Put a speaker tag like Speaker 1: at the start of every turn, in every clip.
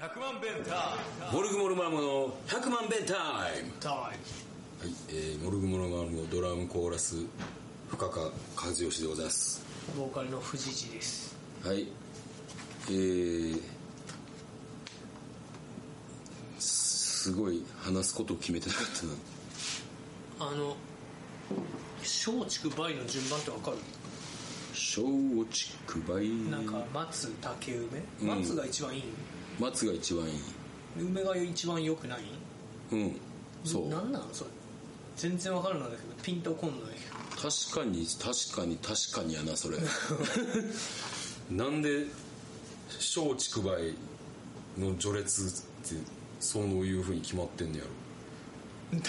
Speaker 1: 100万ベンタ
Speaker 2: モルグモルマムの100万弁タイム
Speaker 1: タイ
Speaker 2: はい、えー、モルグモルマムのドラムコーラス深川和義でございます
Speaker 1: ムボーカルの藤井です
Speaker 2: はいえー、すごい話すことを決めてなかったな
Speaker 1: あの松竹梅の順番ってわかる
Speaker 2: 松竹梅
Speaker 1: なんか松竹梅
Speaker 2: うん
Speaker 1: 松が一番いい、
Speaker 2: 松が一番いい
Speaker 1: 梅が一番良くない
Speaker 2: うんそう
Speaker 1: なんなのそれ全然わからないんだけどピンとこんない
Speaker 2: 確かに確かに確かにやな それなんで松竹梅の序列ってそういうふうに決まってんのやろ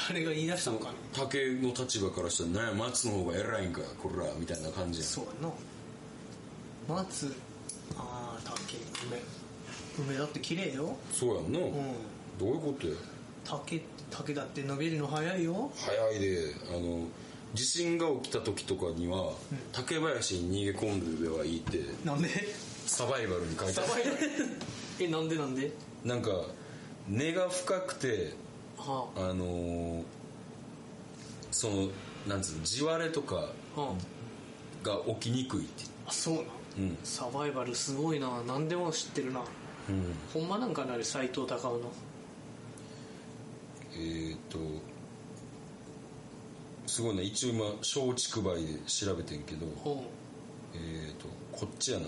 Speaker 1: 誰が言い出したのかね
Speaker 2: 竹の立場からしたら「なんや松の方が偉いんかこら」みたいな感じやん
Speaker 1: そうやな松ああ竹梅梅だって綺麗よ
Speaker 2: そうやんな、
Speaker 1: うん
Speaker 2: どういうことや
Speaker 1: 竹竹だって伸びるの早いよ
Speaker 2: 早いであの地震が起きた時とかには、竹林に逃げ込んでればいいって
Speaker 1: なんで
Speaker 2: サバイバルに書いてある
Speaker 1: えなんでなんで
Speaker 2: なんか根が深くて
Speaker 1: は
Speaker 2: あのーそのなんつうの地割れとか
Speaker 1: あ、は
Speaker 2: が起きにくいって
Speaker 1: あ、あそうなん、
Speaker 2: うん
Speaker 1: サバイバルすごいな何でも知ってるな
Speaker 2: うん
Speaker 1: ほんまなんかなる斎藤隆夫の
Speaker 2: えっ、とすごいな一応今松竹梅で調べてんけど
Speaker 1: 本
Speaker 2: えっ、とこっちやな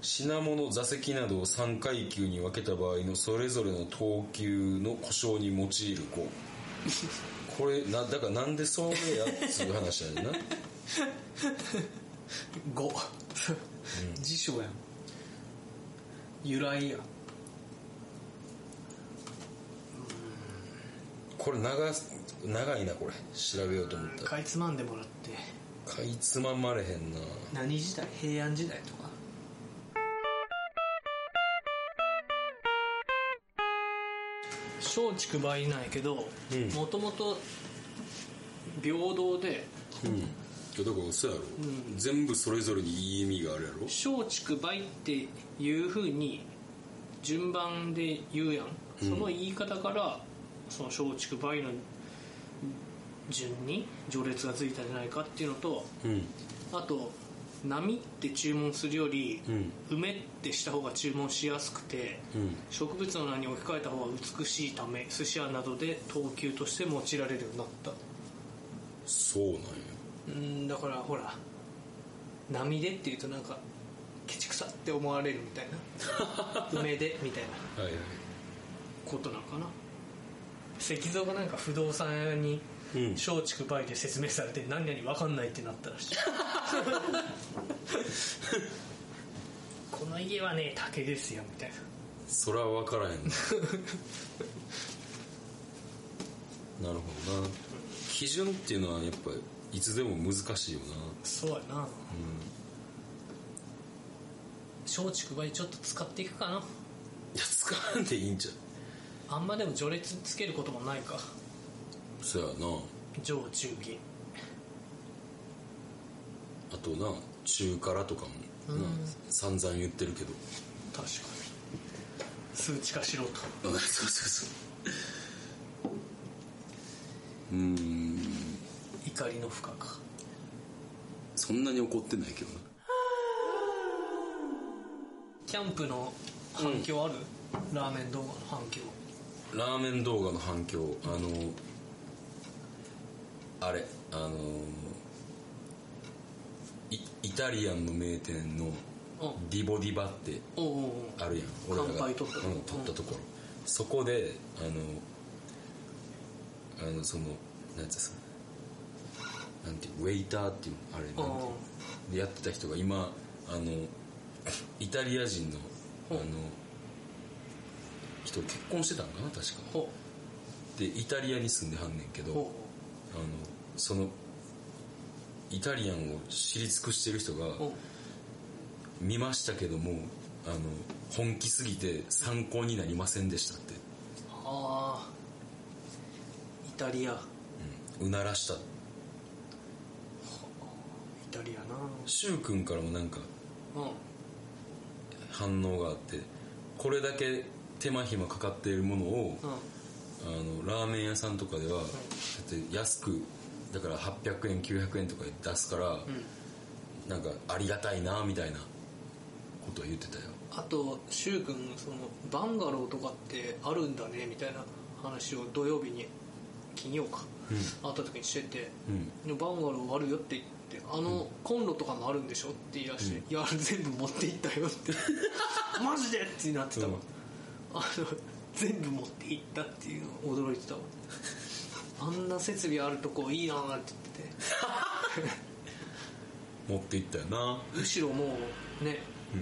Speaker 2: 品物座席などを3階級に分けた場合のそれぞれの等級の故障に用いるこうこれなだからなんでそうねやっつう話やねんな
Speaker 1: 5 辞書やん由来や
Speaker 2: これ長す長いなこれ調べようと思ったら
Speaker 1: かいつまんでもらって
Speaker 2: かいつままれへんな
Speaker 1: 何時代平安時代とか松竹梅なんやけど
Speaker 2: うん
Speaker 1: もともと平等で
Speaker 2: うんいやだからそうやろ、全部それぞれにいい意味があるやろ
Speaker 1: 松竹梅っていうふうに順番で言うやんその言い方からその松竹梅の順に序列がついたんじゃないかっていうのと
Speaker 2: うん
Speaker 1: あと「波」って注文するより
Speaker 2: うん
Speaker 1: 「梅」ってした方が注文しやすくて
Speaker 2: うん
Speaker 1: 植物の名に置き換えた方が美しいため寿司屋などで等級として用いられるようになった
Speaker 2: そうなんや
Speaker 1: うんだからほら「波で」っていうとなんかケチくさって思われるみたいな「梅で」みたいな
Speaker 2: はいはい
Speaker 1: ことなのかな石像がなんか不動産屋に
Speaker 2: うん
Speaker 1: 松竹梅で説明されて何々分かんないってなったらしいこの家はね竹ですよみたいな
Speaker 2: それは分 からへんななるほどな基準っていうのはやっぱいつでも難しいよな
Speaker 1: そうやな松竹梅ちょっと使っていくかない
Speaker 2: や使わんでいいんちゃう
Speaker 1: あんまでも序列つけることもないか
Speaker 2: そうやな
Speaker 1: 上中下
Speaker 2: あとな中辛とかもな、散々言ってるけど
Speaker 1: 確かに数値化しろと
Speaker 2: そうそうそううーん
Speaker 1: 怒りの負荷か
Speaker 2: そんなに怒ってないけどな
Speaker 1: キャンプの反響ある、ラーメン動画の反響
Speaker 2: ラーメン動画の反響あのあれあのイイタリアンの名店の
Speaker 1: うん
Speaker 2: ディボディバって
Speaker 1: おうおうおう
Speaker 2: あるやん
Speaker 1: 乾杯取ったとこ
Speaker 2: うん取ったところ、そこであのあのそのなんていうんですかなんていうウェイターっていうのあれなんていうのでやってた人が今あのイタリア人のあ
Speaker 1: ほう
Speaker 2: の人結婚してたんかな確か
Speaker 1: ほ
Speaker 2: でイタリアに住んではんねんけ
Speaker 1: う
Speaker 2: ど
Speaker 1: ほ
Speaker 2: あのそのイタリアンを知り尽くしてる人が
Speaker 1: うほう
Speaker 2: 見ましたけどもあの本気すぎて参考になりませんでしたって、
Speaker 1: あーイタリアイ
Speaker 2: うん、うならした
Speaker 1: タリアな
Speaker 2: く君からもなんか
Speaker 1: うん
Speaker 2: 反応があってこれだけ手間暇かかっているものを
Speaker 1: うん
Speaker 2: あのラーメン屋さんとかでは、だって安くだから800円900円とかで出すから、
Speaker 1: うん
Speaker 2: なんかありがたいなみたいなことを言ってたよ
Speaker 1: あと柊君そのバンガローとかってあるんだねみたいな話を土曜日に金曜か、
Speaker 2: うん
Speaker 1: 会った時にしてて、
Speaker 2: うん
Speaker 1: でバンガローあるよって言ってあのコンロとかもあるんでしょって言い出して、いやあれ全部持っていったよってマジでってなってたわ、
Speaker 2: うん
Speaker 1: あの全部持っていったっていうの驚いてたわあんな設備あるとこいいなーって言ってて
Speaker 2: 持って行ったよな
Speaker 1: むしろもうね
Speaker 2: う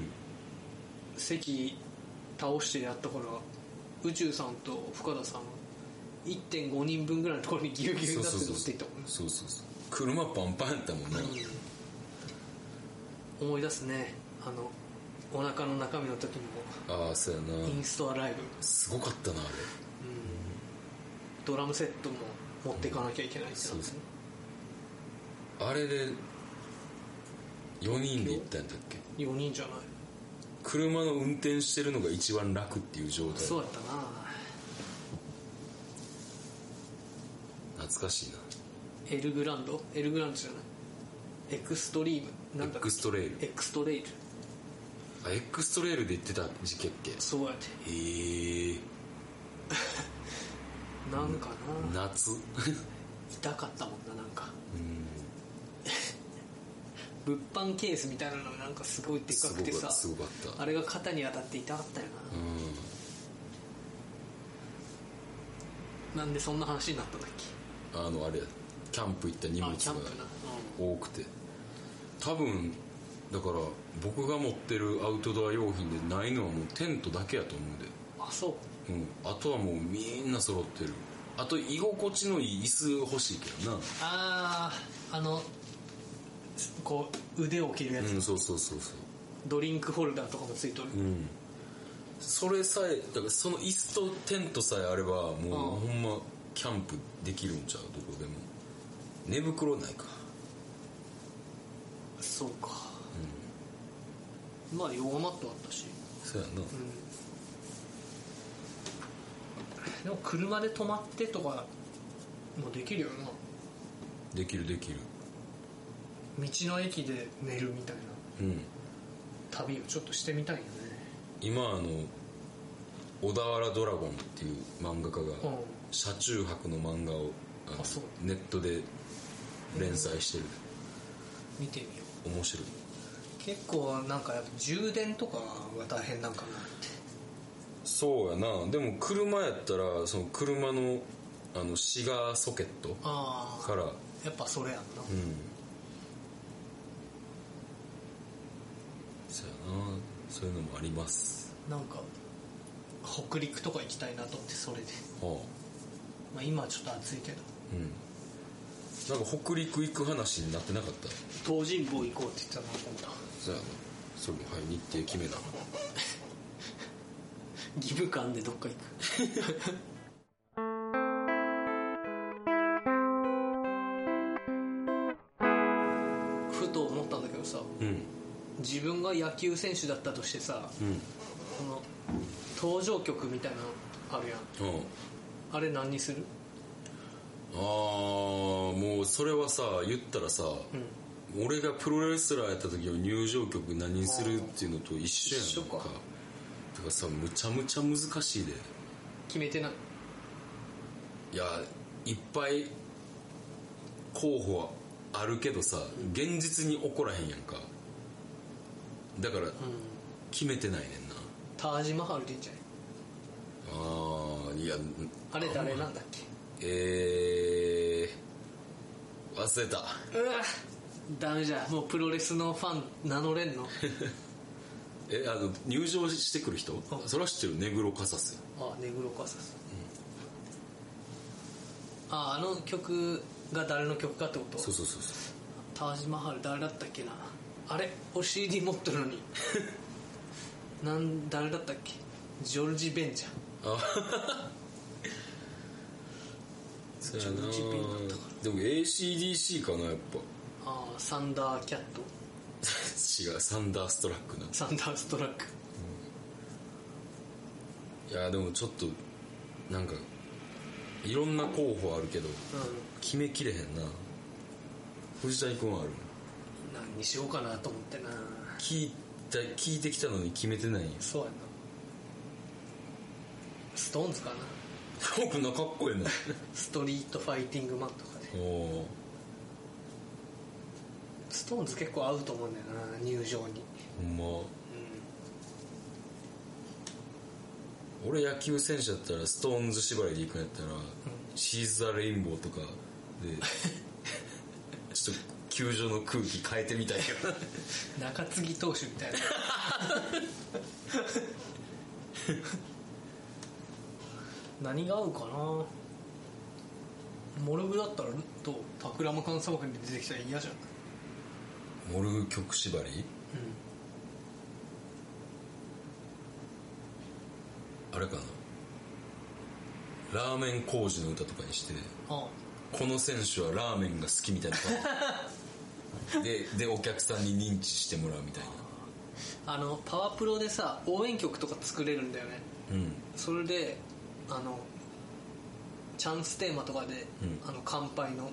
Speaker 2: ん
Speaker 1: 席倒してやったから宇宙さんと深田さん1.5人分ぐらいのところにギュウギュウになって乗っていったもんね
Speaker 2: そうそうそう車パンパンやったもんね、
Speaker 1: うん思い出すねあのお腹の中身の時に
Speaker 2: ああそうやな
Speaker 1: もインストアライブ、
Speaker 2: すごかったなあれ
Speaker 1: ドラムセットも持っていかなきゃいけないってな
Speaker 2: そ
Speaker 1: っ
Speaker 2: う
Speaker 1: て
Speaker 2: そうあれで4人で行ったんだっけ
Speaker 1: 4人じゃない
Speaker 2: 車の運転してるのが一番楽っていう状態
Speaker 1: そうやったな
Speaker 2: 懐かしいな
Speaker 1: エルグランドエルグランドじゃないエクストリームなんだ
Speaker 2: エクストレイル
Speaker 1: エクストレイル
Speaker 2: あエクストレイルで行ってた時期やっけ
Speaker 1: そうやって
Speaker 2: へえ
Speaker 1: なんかな
Speaker 2: 夏
Speaker 1: 痛かったもんななんか
Speaker 2: うん
Speaker 1: 物販ケースみたいなのがなんかすごいでっか
Speaker 2: す
Speaker 1: くて
Speaker 2: ご
Speaker 1: さ
Speaker 2: かったすごかった
Speaker 1: あれが肩に当たって痛かったよ
Speaker 2: うん
Speaker 1: ななんでそんな話になったんだっけ
Speaker 2: あのあれやキャンプ行った荷物
Speaker 1: あキャンプ
Speaker 2: が
Speaker 1: な、
Speaker 2: 多くて多分だから僕が持ってるアウトドア用品でないのはもうテントだけやと思
Speaker 1: うん、あそう
Speaker 2: うで、うん、あとはもうみんな揃ってるあと居心地のいい椅子欲しいけどな
Speaker 1: あああのこう腕を切るやつ、
Speaker 2: うんそうそうそうそ
Speaker 1: ドリンクホルダーとかもついとる、
Speaker 2: ううんそれさえだからその椅子とテントさえあれば
Speaker 1: ああ
Speaker 2: もうほんまキャンプできるんちゃうどこでも寝袋ないか
Speaker 1: そうか、まあヨガマットあったし、
Speaker 2: そうやな
Speaker 1: でも車で泊まってとかもできるよな
Speaker 2: できるできる
Speaker 1: 道の駅で寝るみたいな
Speaker 2: うん
Speaker 1: 旅をちょっとしてみたいよね
Speaker 2: 今あの小田原ドラゴンっていう漫画家が
Speaker 1: うん
Speaker 2: 車中泊の漫画をあの
Speaker 1: あそう
Speaker 2: ネットで連載してる、
Speaker 1: 見てみよう
Speaker 2: 面白い
Speaker 1: 結構なんかやっぱ充電とかが大変なんかなって
Speaker 2: そうやなでも車やったらその車のあのシガーソケット
Speaker 1: あ
Speaker 2: からうん
Speaker 1: あやっぱそれやんな、
Speaker 2: そうやなそういうのもあります
Speaker 1: なんか北陸とか行きたいなと思ってそれで、
Speaker 2: はあ
Speaker 1: まあ、今はちょっと暑いけど
Speaker 2: うんなんか北陸行く話になってなかった
Speaker 1: 東尋坊行こうって言ってたな今度
Speaker 2: そうやなそれもはい日程決めな
Speaker 1: 義務感でどっか行くふと思ったんだけどさ
Speaker 2: うん
Speaker 1: 自分が野球選手だったとしてさ
Speaker 2: うん
Speaker 1: この登場曲みたいなのあるやん
Speaker 2: うん
Speaker 1: あれ何にする
Speaker 2: ああもうそれはさ言ったらさ、
Speaker 1: うん
Speaker 2: 俺がプロレスラーやった時の入場曲何にするっていうのと一緒やん
Speaker 1: 一緒か
Speaker 2: なんだからさむちゃむちゃ難しいで
Speaker 1: 決めてない
Speaker 2: いやいっぱい候補はあるけどさ現実に起こらへんやんかだから決めてないねんな
Speaker 1: タージマハルでいいんじゃない
Speaker 2: ああいや
Speaker 1: あれ誰なんだっけ
Speaker 2: えー、忘れた
Speaker 1: うわダメじゃんもうプロレスのファン名乗れんの
Speaker 2: えあの入場してくる人
Speaker 1: あ
Speaker 2: それは知ってるネグロカサス
Speaker 1: あネグロカサス、ああの曲が誰の曲かってこと
Speaker 2: そうそうそうそ
Speaker 1: タージマハル誰だったっけなあれお CD 持ってるの になん誰だったっけジョルジ・ベンジャ
Speaker 2: うあそうやな
Speaker 1: ちょっと一品だったか
Speaker 2: でも ACDC かなやっぱ
Speaker 1: ああサンダーキャット
Speaker 2: 違うサンダーストラックな
Speaker 1: サンダーストラック
Speaker 2: ういやでもちょっとなんかいろんな候補あるけど決めきれへんな藤谷君はある
Speaker 1: うん、何にしようかなと思ってな
Speaker 2: 聞いた聞いてきたのに決めてないんよ
Speaker 1: そうやなストーンズかな
Speaker 2: おなかっこええな
Speaker 1: ストリートファイティングマンとかね
Speaker 2: おお
Speaker 1: ストーンズ結構合うと思うんだよな入場に
Speaker 2: ほんま
Speaker 1: う
Speaker 2: 俺野球選手だったらストーンズ縛りで行くんやったら、シーザーレインボーとかでちょっと球場の空気変えてみたいけど
Speaker 1: ん中継ぎ投手みたいな 何が合うかなモルグだったらとタクラマカン作品で出てきたら嫌じゃん
Speaker 2: モルグ曲縛りあれかなラーメン工事の歌とかにして
Speaker 1: あ
Speaker 2: この選手はラーメンが好きみたいな感じ ででお客さんに認知してもらうみたいな
Speaker 1: あのパワープロでさ応援曲とか作れるんだよね
Speaker 2: うん
Speaker 1: それであのチャンステーマとかで、
Speaker 2: うん
Speaker 1: あの乾杯の
Speaker 2: う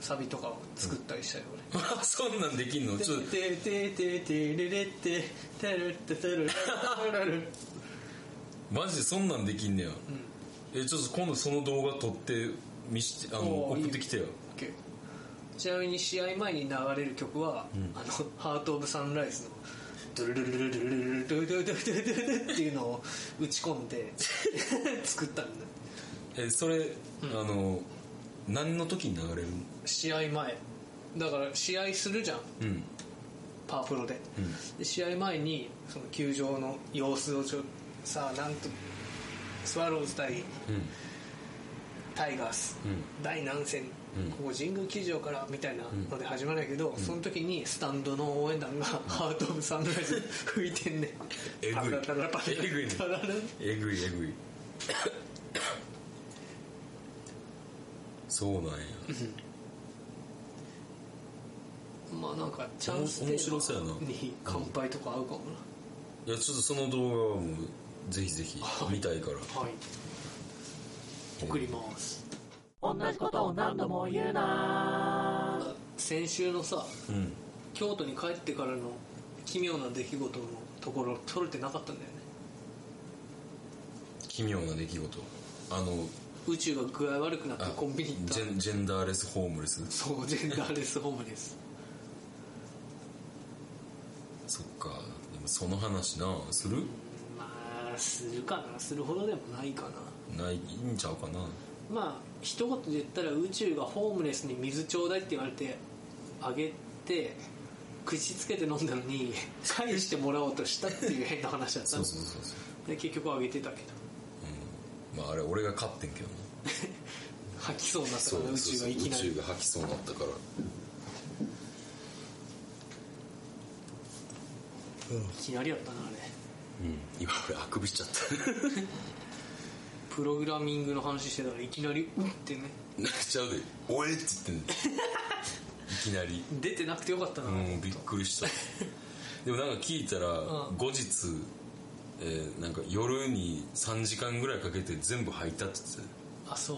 Speaker 1: サビとかを作ったりしたよ、俺
Speaker 2: んそんなんできんの
Speaker 1: て
Speaker 2: ちょっと
Speaker 1: ててててれれっててるっててるてるる
Speaker 2: マジでそんなんできんねや、えちょっと今度その動画撮って見してあの
Speaker 1: おー
Speaker 2: 送ってきてよ
Speaker 1: ちなみに試合前に流れる曲は、あのハート・オブ・サンライズのドゥルルルルルルルルルルルルルルルっていうのを打ち込んで作ったんだ
Speaker 2: えそれ、あの何の時に流れる
Speaker 1: 試合前だから試合するじゃん
Speaker 2: うん
Speaker 1: パワプロで,、で試合前にその球場の様子をちょさあなんとスワローズ対
Speaker 2: うん
Speaker 1: タイガース、
Speaker 2: う
Speaker 1: 第何戦、
Speaker 2: うん
Speaker 1: ここ神宮球場からみたいなので始まるんやけど、その時にスタンドの応援団がハート・オブ・サンライズ吹いてんねん
Speaker 2: えぐい
Speaker 1: パラパラパラ
Speaker 2: えぐいね
Speaker 1: パララ
Speaker 2: えぐいえぐい そうなんや
Speaker 1: まあなんかチャンステ
Speaker 2: 面白そうや
Speaker 1: ー
Speaker 2: な
Speaker 1: マに乾杯とか合うかも
Speaker 2: いやちょっとその動画はもうぜひぜひ見たいから、
Speaker 1: なはい送ります
Speaker 3: 同じことを何度も言うな
Speaker 1: 先週のさ
Speaker 2: うん
Speaker 1: 京都に帰ってからの奇妙な出来事のところ撮れてなかったんだよね
Speaker 2: 奇妙な出来事あの
Speaker 1: 宇宙が具合悪くなって
Speaker 2: あ
Speaker 1: コンビニ行った
Speaker 2: ジェンジェンダーレスホームレス
Speaker 1: そうジェンダーレスホームレス
Speaker 2: そっかでもその話なする
Speaker 1: まあするかなするほどでもないかな
Speaker 2: ないんちゃうかな
Speaker 1: まあ一言で言ったら宇宙がホームレスに水ちょうだいって言われてあげて口つけて飲んだのに返してもらおうとしたっていう変な話だった
Speaker 2: そ
Speaker 1: の
Speaker 2: うそうそうそう
Speaker 1: で結局あげてたけど
Speaker 2: まああれ俺が勝ってんけどな
Speaker 1: 吐きそうになった
Speaker 2: そ
Speaker 1: か
Speaker 2: う
Speaker 1: ら
Speaker 2: そ
Speaker 1: 宇
Speaker 2: う
Speaker 1: 宙
Speaker 2: そ
Speaker 1: が
Speaker 2: う
Speaker 1: いきな
Speaker 2: 宇
Speaker 1: り
Speaker 2: 宙が吐きそうになったから
Speaker 1: いきなりやったなあれ
Speaker 2: うん今俺あくびしちゃった
Speaker 1: プログラミングの話してたらいきなりうんってね
Speaker 2: 泣いちゃうで「おえ!」って言ってんねんいきなり
Speaker 1: 出てなくてよかったな、
Speaker 2: うんびっくりしたでもなんか聞いたら、
Speaker 1: ん
Speaker 2: 後日、えーなんか夜に3時間ぐらいかけて全部吐いたって言って
Speaker 1: あそう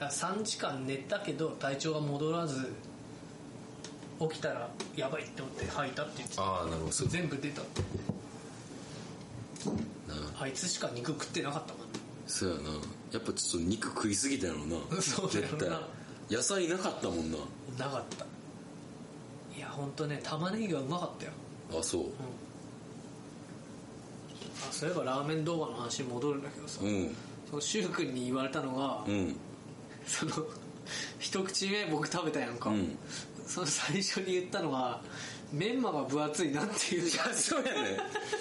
Speaker 2: た
Speaker 1: だから
Speaker 2: うん
Speaker 1: 3時間寝たけど体調が戻らず起きたらやばいって思って吐いたって言ってた
Speaker 2: ああなるほどそう
Speaker 1: 全部出たって
Speaker 2: な
Speaker 1: あいつしか肉食ってなかったもんね
Speaker 2: そうやなやっぱちょっと肉食いすぎたやろな
Speaker 1: そうだよな
Speaker 2: 絶対野菜なかったもんな
Speaker 1: なかったいや本当ね玉ねぎがうまかったよ
Speaker 2: あそう
Speaker 1: あそういえばラーメン動画の話に戻るんだけどさ、
Speaker 2: うん
Speaker 1: その柊君に言われたのが、
Speaker 2: うん
Speaker 1: その一口目僕食べたやんか、
Speaker 2: うん
Speaker 1: その最初に言ったのがメンマが分厚いなっていう
Speaker 2: そうやね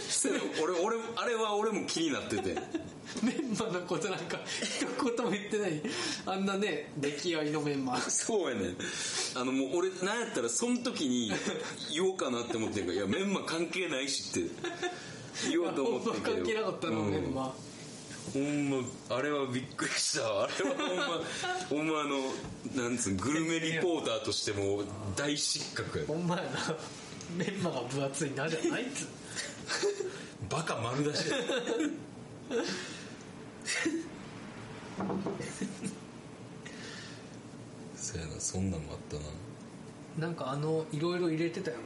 Speaker 2: そうやね俺俺あれは俺も気になってて
Speaker 1: メンマのことなんか一言も言ってないあんなね出来合いのメンマ
Speaker 2: そうやねあのもう俺なんやったらその時に言おうかなって思ってんからいやメンマ関係ないしって言おうと思ってんけど
Speaker 1: 関係なかったの、メンマ
Speaker 2: うんほんまあれはびっくりしたわあれはほんまほんまあのなんつうのグルメリポーターとしても大失格や
Speaker 1: ほんまやなメンマが分厚いなじゃないっつ
Speaker 2: バカ丸出しやそやなそんなんもあったな
Speaker 1: なんかあのいろいろ入れてたやんか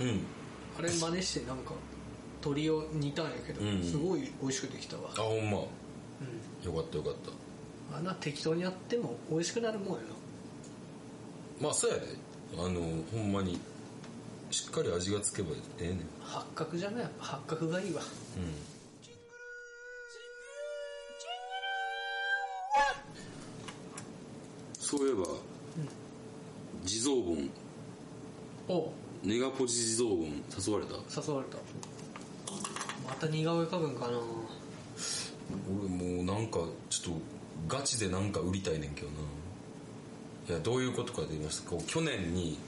Speaker 2: うん
Speaker 1: あれ真似してなんか鶏を煮たんやけど、
Speaker 2: うん
Speaker 1: すごい美味しくできたわ
Speaker 2: あほんまよ
Speaker 1: う
Speaker 2: かったよかっ
Speaker 1: ん
Speaker 2: た
Speaker 1: あんな適当にやっても美味しくなるもんや
Speaker 2: まあそうやであのほんまにしっかり味がつけばええねん
Speaker 1: な八角じゃない八角がいいわ
Speaker 2: そういえば、地蔵盆
Speaker 1: お
Speaker 2: ネガポジ地蔵盆誘われた
Speaker 1: 誘われたまた似顔絵描くんかな
Speaker 2: 俺もうなんかちょっとガチでなんか売りたいねんけどないやどういうことかと言いますとこう去年に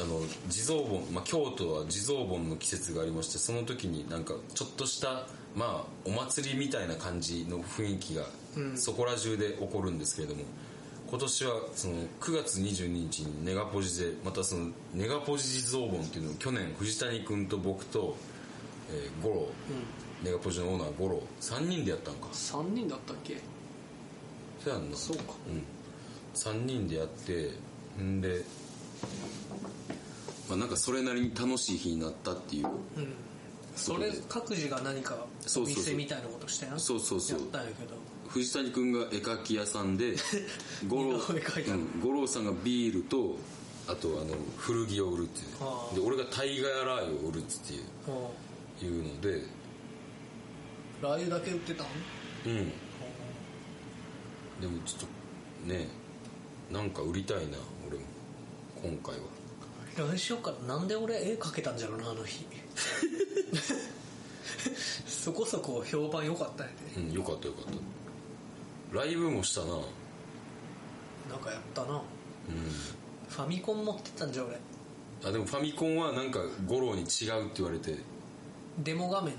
Speaker 2: あの地蔵盆、まあ、京都は地蔵盆の季節がありましてその時になんかちょっとしたまあお祭りみたいな感じの雰囲気が
Speaker 1: うん
Speaker 2: そこら中で起こるんですけれども、今年はその9月22日にネガポジでまたそのネガポジ地蔵盆っていうのを去年藤谷君と僕と、えー、五郎
Speaker 1: うん
Speaker 2: ネガポジのオーナー五郎3人でやったんか
Speaker 1: 3人だったっけ
Speaker 2: そうやんな
Speaker 1: そうか
Speaker 2: うん、3人でやってんで、まあ、なんかそれなりに楽しい日になったっていう
Speaker 1: うんそれ各自が何か
Speaker 2: そ
Speaker 1: お
Speaker 2: うそうそう
Speaker 1: 店みたいなことしてな
Speaker 2: そうそうそう
Speaker 1: やったんやけど
Speaker 2: 藤谷君が絵描き屋さん で五郎
Speaker 1: 似顔絵描いた
Speaker 2: うん五郎さんがビールとあとあの古着を売るって
Speaker 1: ああ
Speaker 2: いうで俺がタイガーラー油を売るっていう
Speaker 1: うん
Speaker 2: いうので
Speaker 1: ラー油だけ売ってたん
Speaker 2: うんでもちょっとねなんか売りたいな俺も今回は
Speaker 1: 来週からなんで俺絵描けたんじゃろうなあの日 そこそこ評判良かったんやで
Speaker 2: うんよかったよかったライブもしたな
Speaker 1: なんかやったな
Speaker 2: うん
Speaker 1: ファミコン持ってたんじゃ俺
Speaker 2: あでもファミコンはなんか五郎に違うって言われて
Speaker 1: デモ画面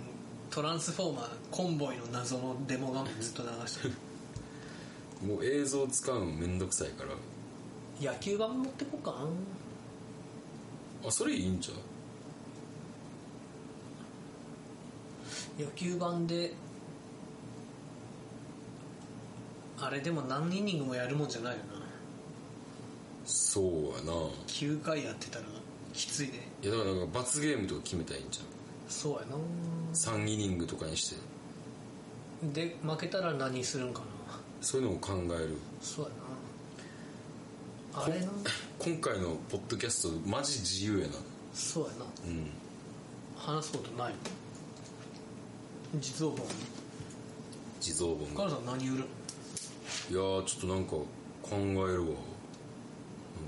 Speaker 1: トランスフォーマーコンボイの謎のデモ画面ずっと流 してる
Speaker 2: もう映像使うのめんどくさいから
Speaker 1: 野球版持ってこうかな
Speaker 2: あそれいいんちゃう
Speaker 1: 野球版であれでも何イニングもやるもんじゃないよな
Speaker 2: そうやない
Speaker 1: 9回やってたらきついで
Speaker 2: やだからなんか罰ゲームとか決めたらいいんちゃ
Speaker 1: そうやな
Speaker 2: う3イニングとかにして
Speaker 1: で負けたら何するんかな
Speaker 2: そういうのを考える
Speaker 1: そうやなあれな
Speaker 2: 今回のポッドキャストマジ自由やな
Speaker 1: そうやな
Speaker 2: うん
Speaker 1: 話すことない実は
Speaker 2: 地蔵本
Speaker 1: カ
Speaker 2: が
Speaker 1: ルさん何売る
Speaker 2: いやーちょっとなんか考えるわなんか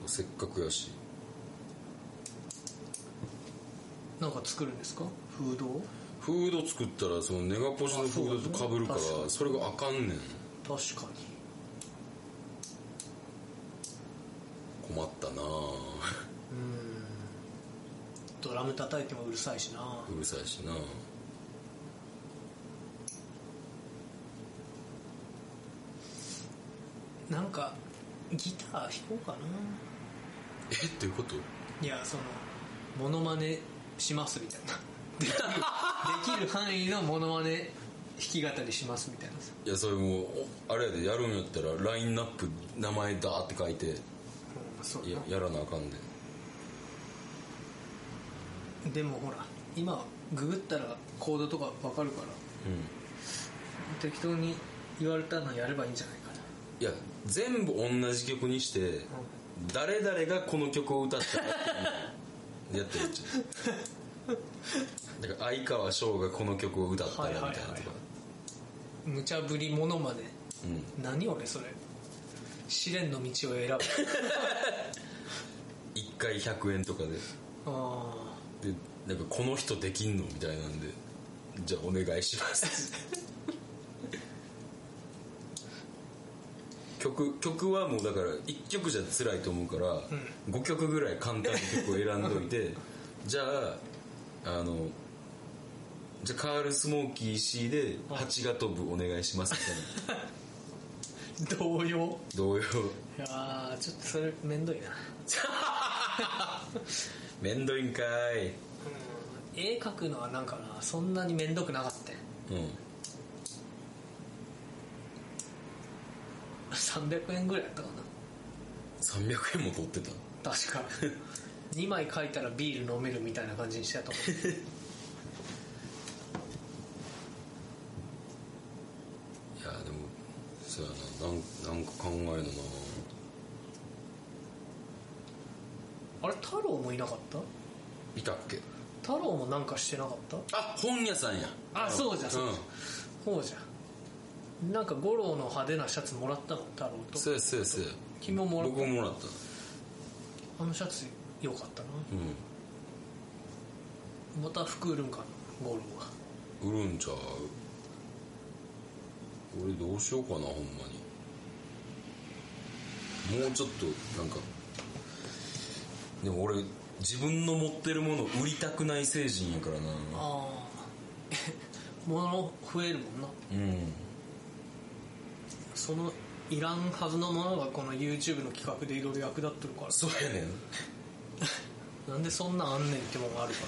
Speaker 2: せっかくやし
Speaker 1: なんか作るんですかフードを
Speaker 2: フード作ったらそのネガポジのフードと被るから
Speaker 1: あそうだね
Speaker 2: それがあかんねん
Speaker 1: 確かに
Speaker 2: 困ったなあ
Speaker 1: ドラム叩いてもうるさいしな
Speaker 2: うるさいしな
Speaker 1: なんかギター弾こうかな
Speaker 2: えどういうこと
Speaker 1: いやそのモノマネしますみたいなできるできる範囲のモノマネ弾き語りしますみたいない
Speaker 2: やそれもうおあれやでやるんやったらラインナップ名前だーって書いて
Speaker 1: うんそう
Speaker 2: い
Speaker 1: や
Speaker 2: や
Speaker 1: な
Speaker 2: やらなあかんで
Speaker 1: でもほら今ググったらコードとかわかるから
Speaker 2: うん
Speaker 1: 適当に言われたのやればいいんじゃないかない
Speaker 2: や全部同じ曲にして誰々がこの曲を歌ったかっていうのをやってるじゃんだから相川翔がこの曲を歌ったらみたいなとか、
Speaker 1: はいはいはい無茶ぶりモノマネ
Speaker 2: うん
Speaker 1: 何俺それ試練の道を選ぶ
Speaker 2: 1回100円とかで
Speaker 1: ああ
Speaker 2: でなんかこの人できんのみたいなんでじゃあお願いします 曲曲はもうだから1曲じゃ辛いと思うから、5曲ぐらい簡単な曲を選んどいてじゃああのじゃあカール・スモーキー C で「蜂が飛ぶお願いします」みた いな
Speaker 1: 同様
Speaker 2: 同様
Speaker 1: いやーちょっとそれめんど いな
Speaker 2: めんどいんかい
Speaker 1: 絵描くのはなんかなそんなにめんどくなかったよ
Speaker 2: うん
Speaker 1: 300円ぐらいだったか
Speaker 2: 300円も取ってた
Speaker 1: な確か2枚書いたらビール飲めるみたいな感じにしてたと思う
Speaker 2: いやでもそうやななんなんか考えるな
Speaker 1: あれ太郎もいなかった
Speaker 2: いたっけ
Speaker 1: 太郎もなんかしてなかった
Speaker 2: あ本屋さんや
Speaker 1: あそうじゃんそうじゃん
Speaker 2: ん
Speaker 1: こうじゃんなんか五郎の派手なシャツもらったの太郎と
Speaker 2: そうやそうやそうや
Speaker 1: 君ももらっ
Speaker 2: 僕ももらった
Speaker 1: たあのシャツよかったな
Speaker 2: う
Speaker 1: また服売るんかな五郎は
Speaker 2: ん売るんちゃう俺どうしようかなほんまにもうちょっとなんかでも俺自分の持ってるものを売りたくない成人やからな
Speaker 1: ああ 物増えるもんな
Speaker 2: うん
Speaker 1: そのいらんはずのものがこの YouTube の企画でいろいろ役立ってるか
Speaker 2: そうやねん
Speaker 1: らなんでそんなんあんねんってもんがあるか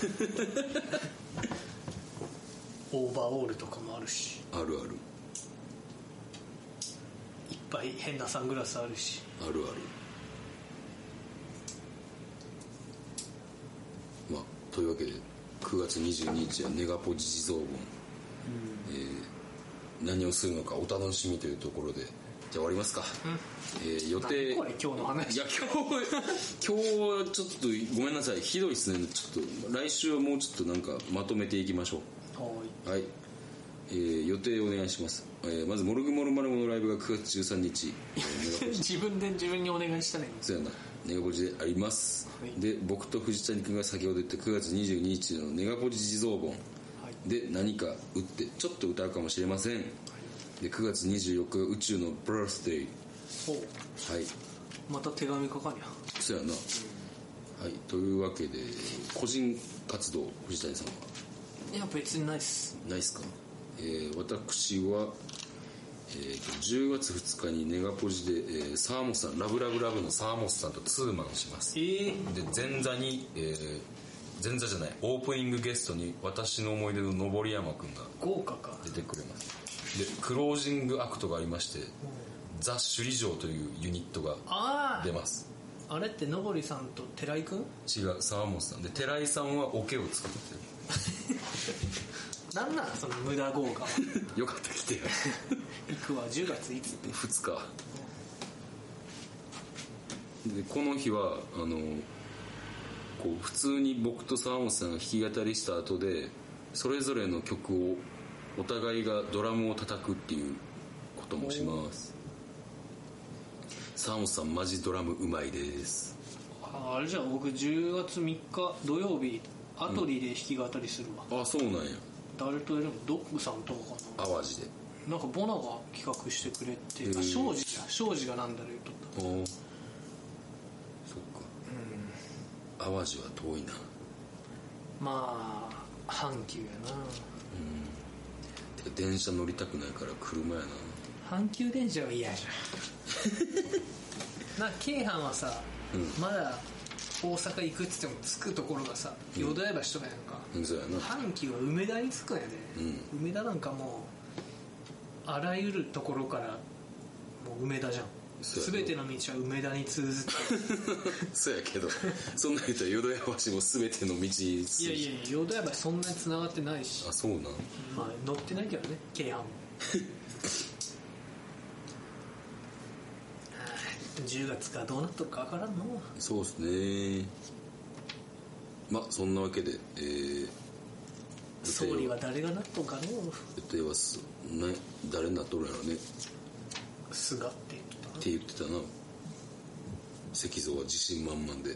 Speaker 1: ら オーバーオールとかもあるし
Speaker 2: あるある
Speaker 1: いっぱい変なサングラスあるし
Speaker 2: あるあるまあというわけで9月22日はネガポジ地蔵盆、えー何をするのかお楽しみというところでじゃあ終わりますか、えー予定
Speaker 1: 何これ今日の話
Speaker 2: いや今日今日 はちょっとごめんなさいひどいですねちょっと来週はもうちょっとなんかまとめていきましょう
Speaker 1: はい
Speaker 2: はい、えー予定お願いします、えーまず「モルグモルマルモ」のライブが9月13日、えーネガポジ
Speaker 1: 自分で自分にお願いしたね
Speaker 2: そうやなネガポジであります、
Speaker 1: はい
Speaker 2: で僕と藤谷君が先ほど言った9月22日のネガポジ地蔵盆
Speaker 1: はい
Speaker 2: で何か打ってちょっと歌うかもしれませんで9月24日が宇宙のブラスデー
Speaker 1: おう
Speaker 2: はい
Speaker 1: また手紙書かにゃ
Speaker 2: そうやな、はいというわけで個人活動藤谷さんはい
Speaker 1: や別にないっす
Speaker 2: ないっすか、えー私は、えーと10月2日にネガポジで、えーサーモスさんラブラブラブのサーモスさんとツーマンをします
Speaker 1: ええ
Speaker 2: で前座に、えー前座じゃないオープニングゲストに私の思い出の登山くんが
Speaker 1: 豪華か
Speaker 2: 出てくれますでクロージングアクトがありましてザ・首里城というユニットが
Speaker 1: あ
Speaker 2: 出ます
Speaker 1: ああれってのぼりさんと寺井くん
Speaker 2: 違う沢本さんで寺井さんはオケを作って
Speaker 1: なんなんその無駄豪 華は
Speaker 2: るよかった来てよ
Speaker 1: 行くわ10月いつって
Speaker 2: 2日でこの日はあのこう普通に僕と沢本さんが弾き語りした後でそれぞれの曲をお互いがドラムを叩くっていうこともします沢本さんマジドラムうまいです
Speaker 1: ああれじゃあ僕10月3日土曜日アトリで弾き語りするわ、
Speaker 2: あそうなんや
Speaker 1: 誰とやるのドッグさんとかか
Speaker 2: 淡路で
Speaker 1: ななんかボナが企画してくれて、
Speaker 2: うん
Speaker 1: あ庄司だ庄司がなんだろう言うとっ
Speaker 2: おおそっか、淡路は遠いな
Speaker 1: たまあ阪急や
Speaker 2: てか電車乗りたくないから車やな
Speaker 1: な阪急電車は嫌じ ゃんな京阪はさ、まだ大阪行くっつっても着くところがさ淀屋橋とかやんか、
Speaker 2: うんそうやな
Speaker 1: 阪急は梅田に着くんやで、
Speaker 2: う
Speaker 1: 梅田なんかもうあらゆるところからもう梅田じゃん
Speaker 2: そうやな
Speaker 1: 全ての道は梅田に通ずっ て
Speaker 2: そうやけど そんなん言ったら淀屋橋も全ての道
Speaker 1: い
Speaker 2: に
Speaker 1: やいやいや淀屋橋そんなに繋がってないし
Speaker 2: あ、そうなん
Speaker 1: まあ乗ってないけどね京 阪もはい10月かどうなっとるか分からんの
Speaker 2: そうですねまあそんなわけでえー、
Speaker 1: 総理は誰がなっとんかの
Speaker 2: 予定はす、ね、誰になっとるんやろねっ
Speaker 1: 菅って言ってたな
Speaker 2: て言ってたな石像は自信満々で、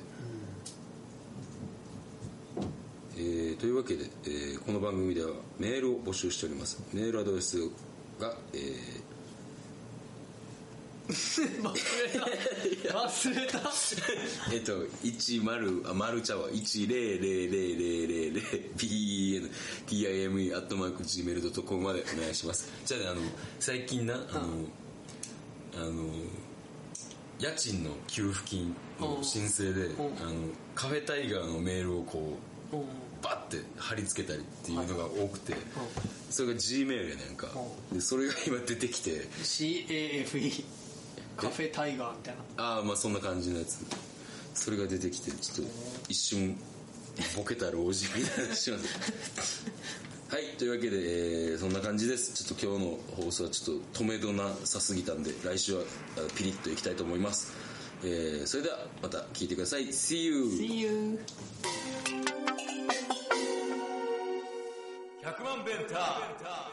Speaker 2: えーというわけで、えーこの番組ではメールを募集しておりますメールアドレスが、えー
Speaker 1: 忘 れた忘れ
Speaker 2: えっと、10、あ、丸茶は、1000000pntime アットマーク gmail.com までお願いします。じゃあね、あの、最近な、あの、あの、家賃の給付金の申請で、あ
Speaker 1: おう
Speaker 2: の、カフェタイガーのメールをこう、
Speaker 1: たうん
Speaker 2: バッて貼り付けたりっていうのが多くて、それが Gmail やねんか
Speaker 1: お。
Speaker 2: で、それが今出てきて、
Speaker 1: CAFE カフェタイガーみたいな
Speaker 2: ああまあそんな感じのやつそれが出てきてちょっと一瞬ボケたらおじみたいなしますはいというわけで、えーそんな感じですちょっと今日の放送はちょっと止めどなさすぎたんで来週はあピリッといきたいと思います、えーそれではまた聞いてください See you!
Speaker 1: See you!
Speaker 2: 100万ベンター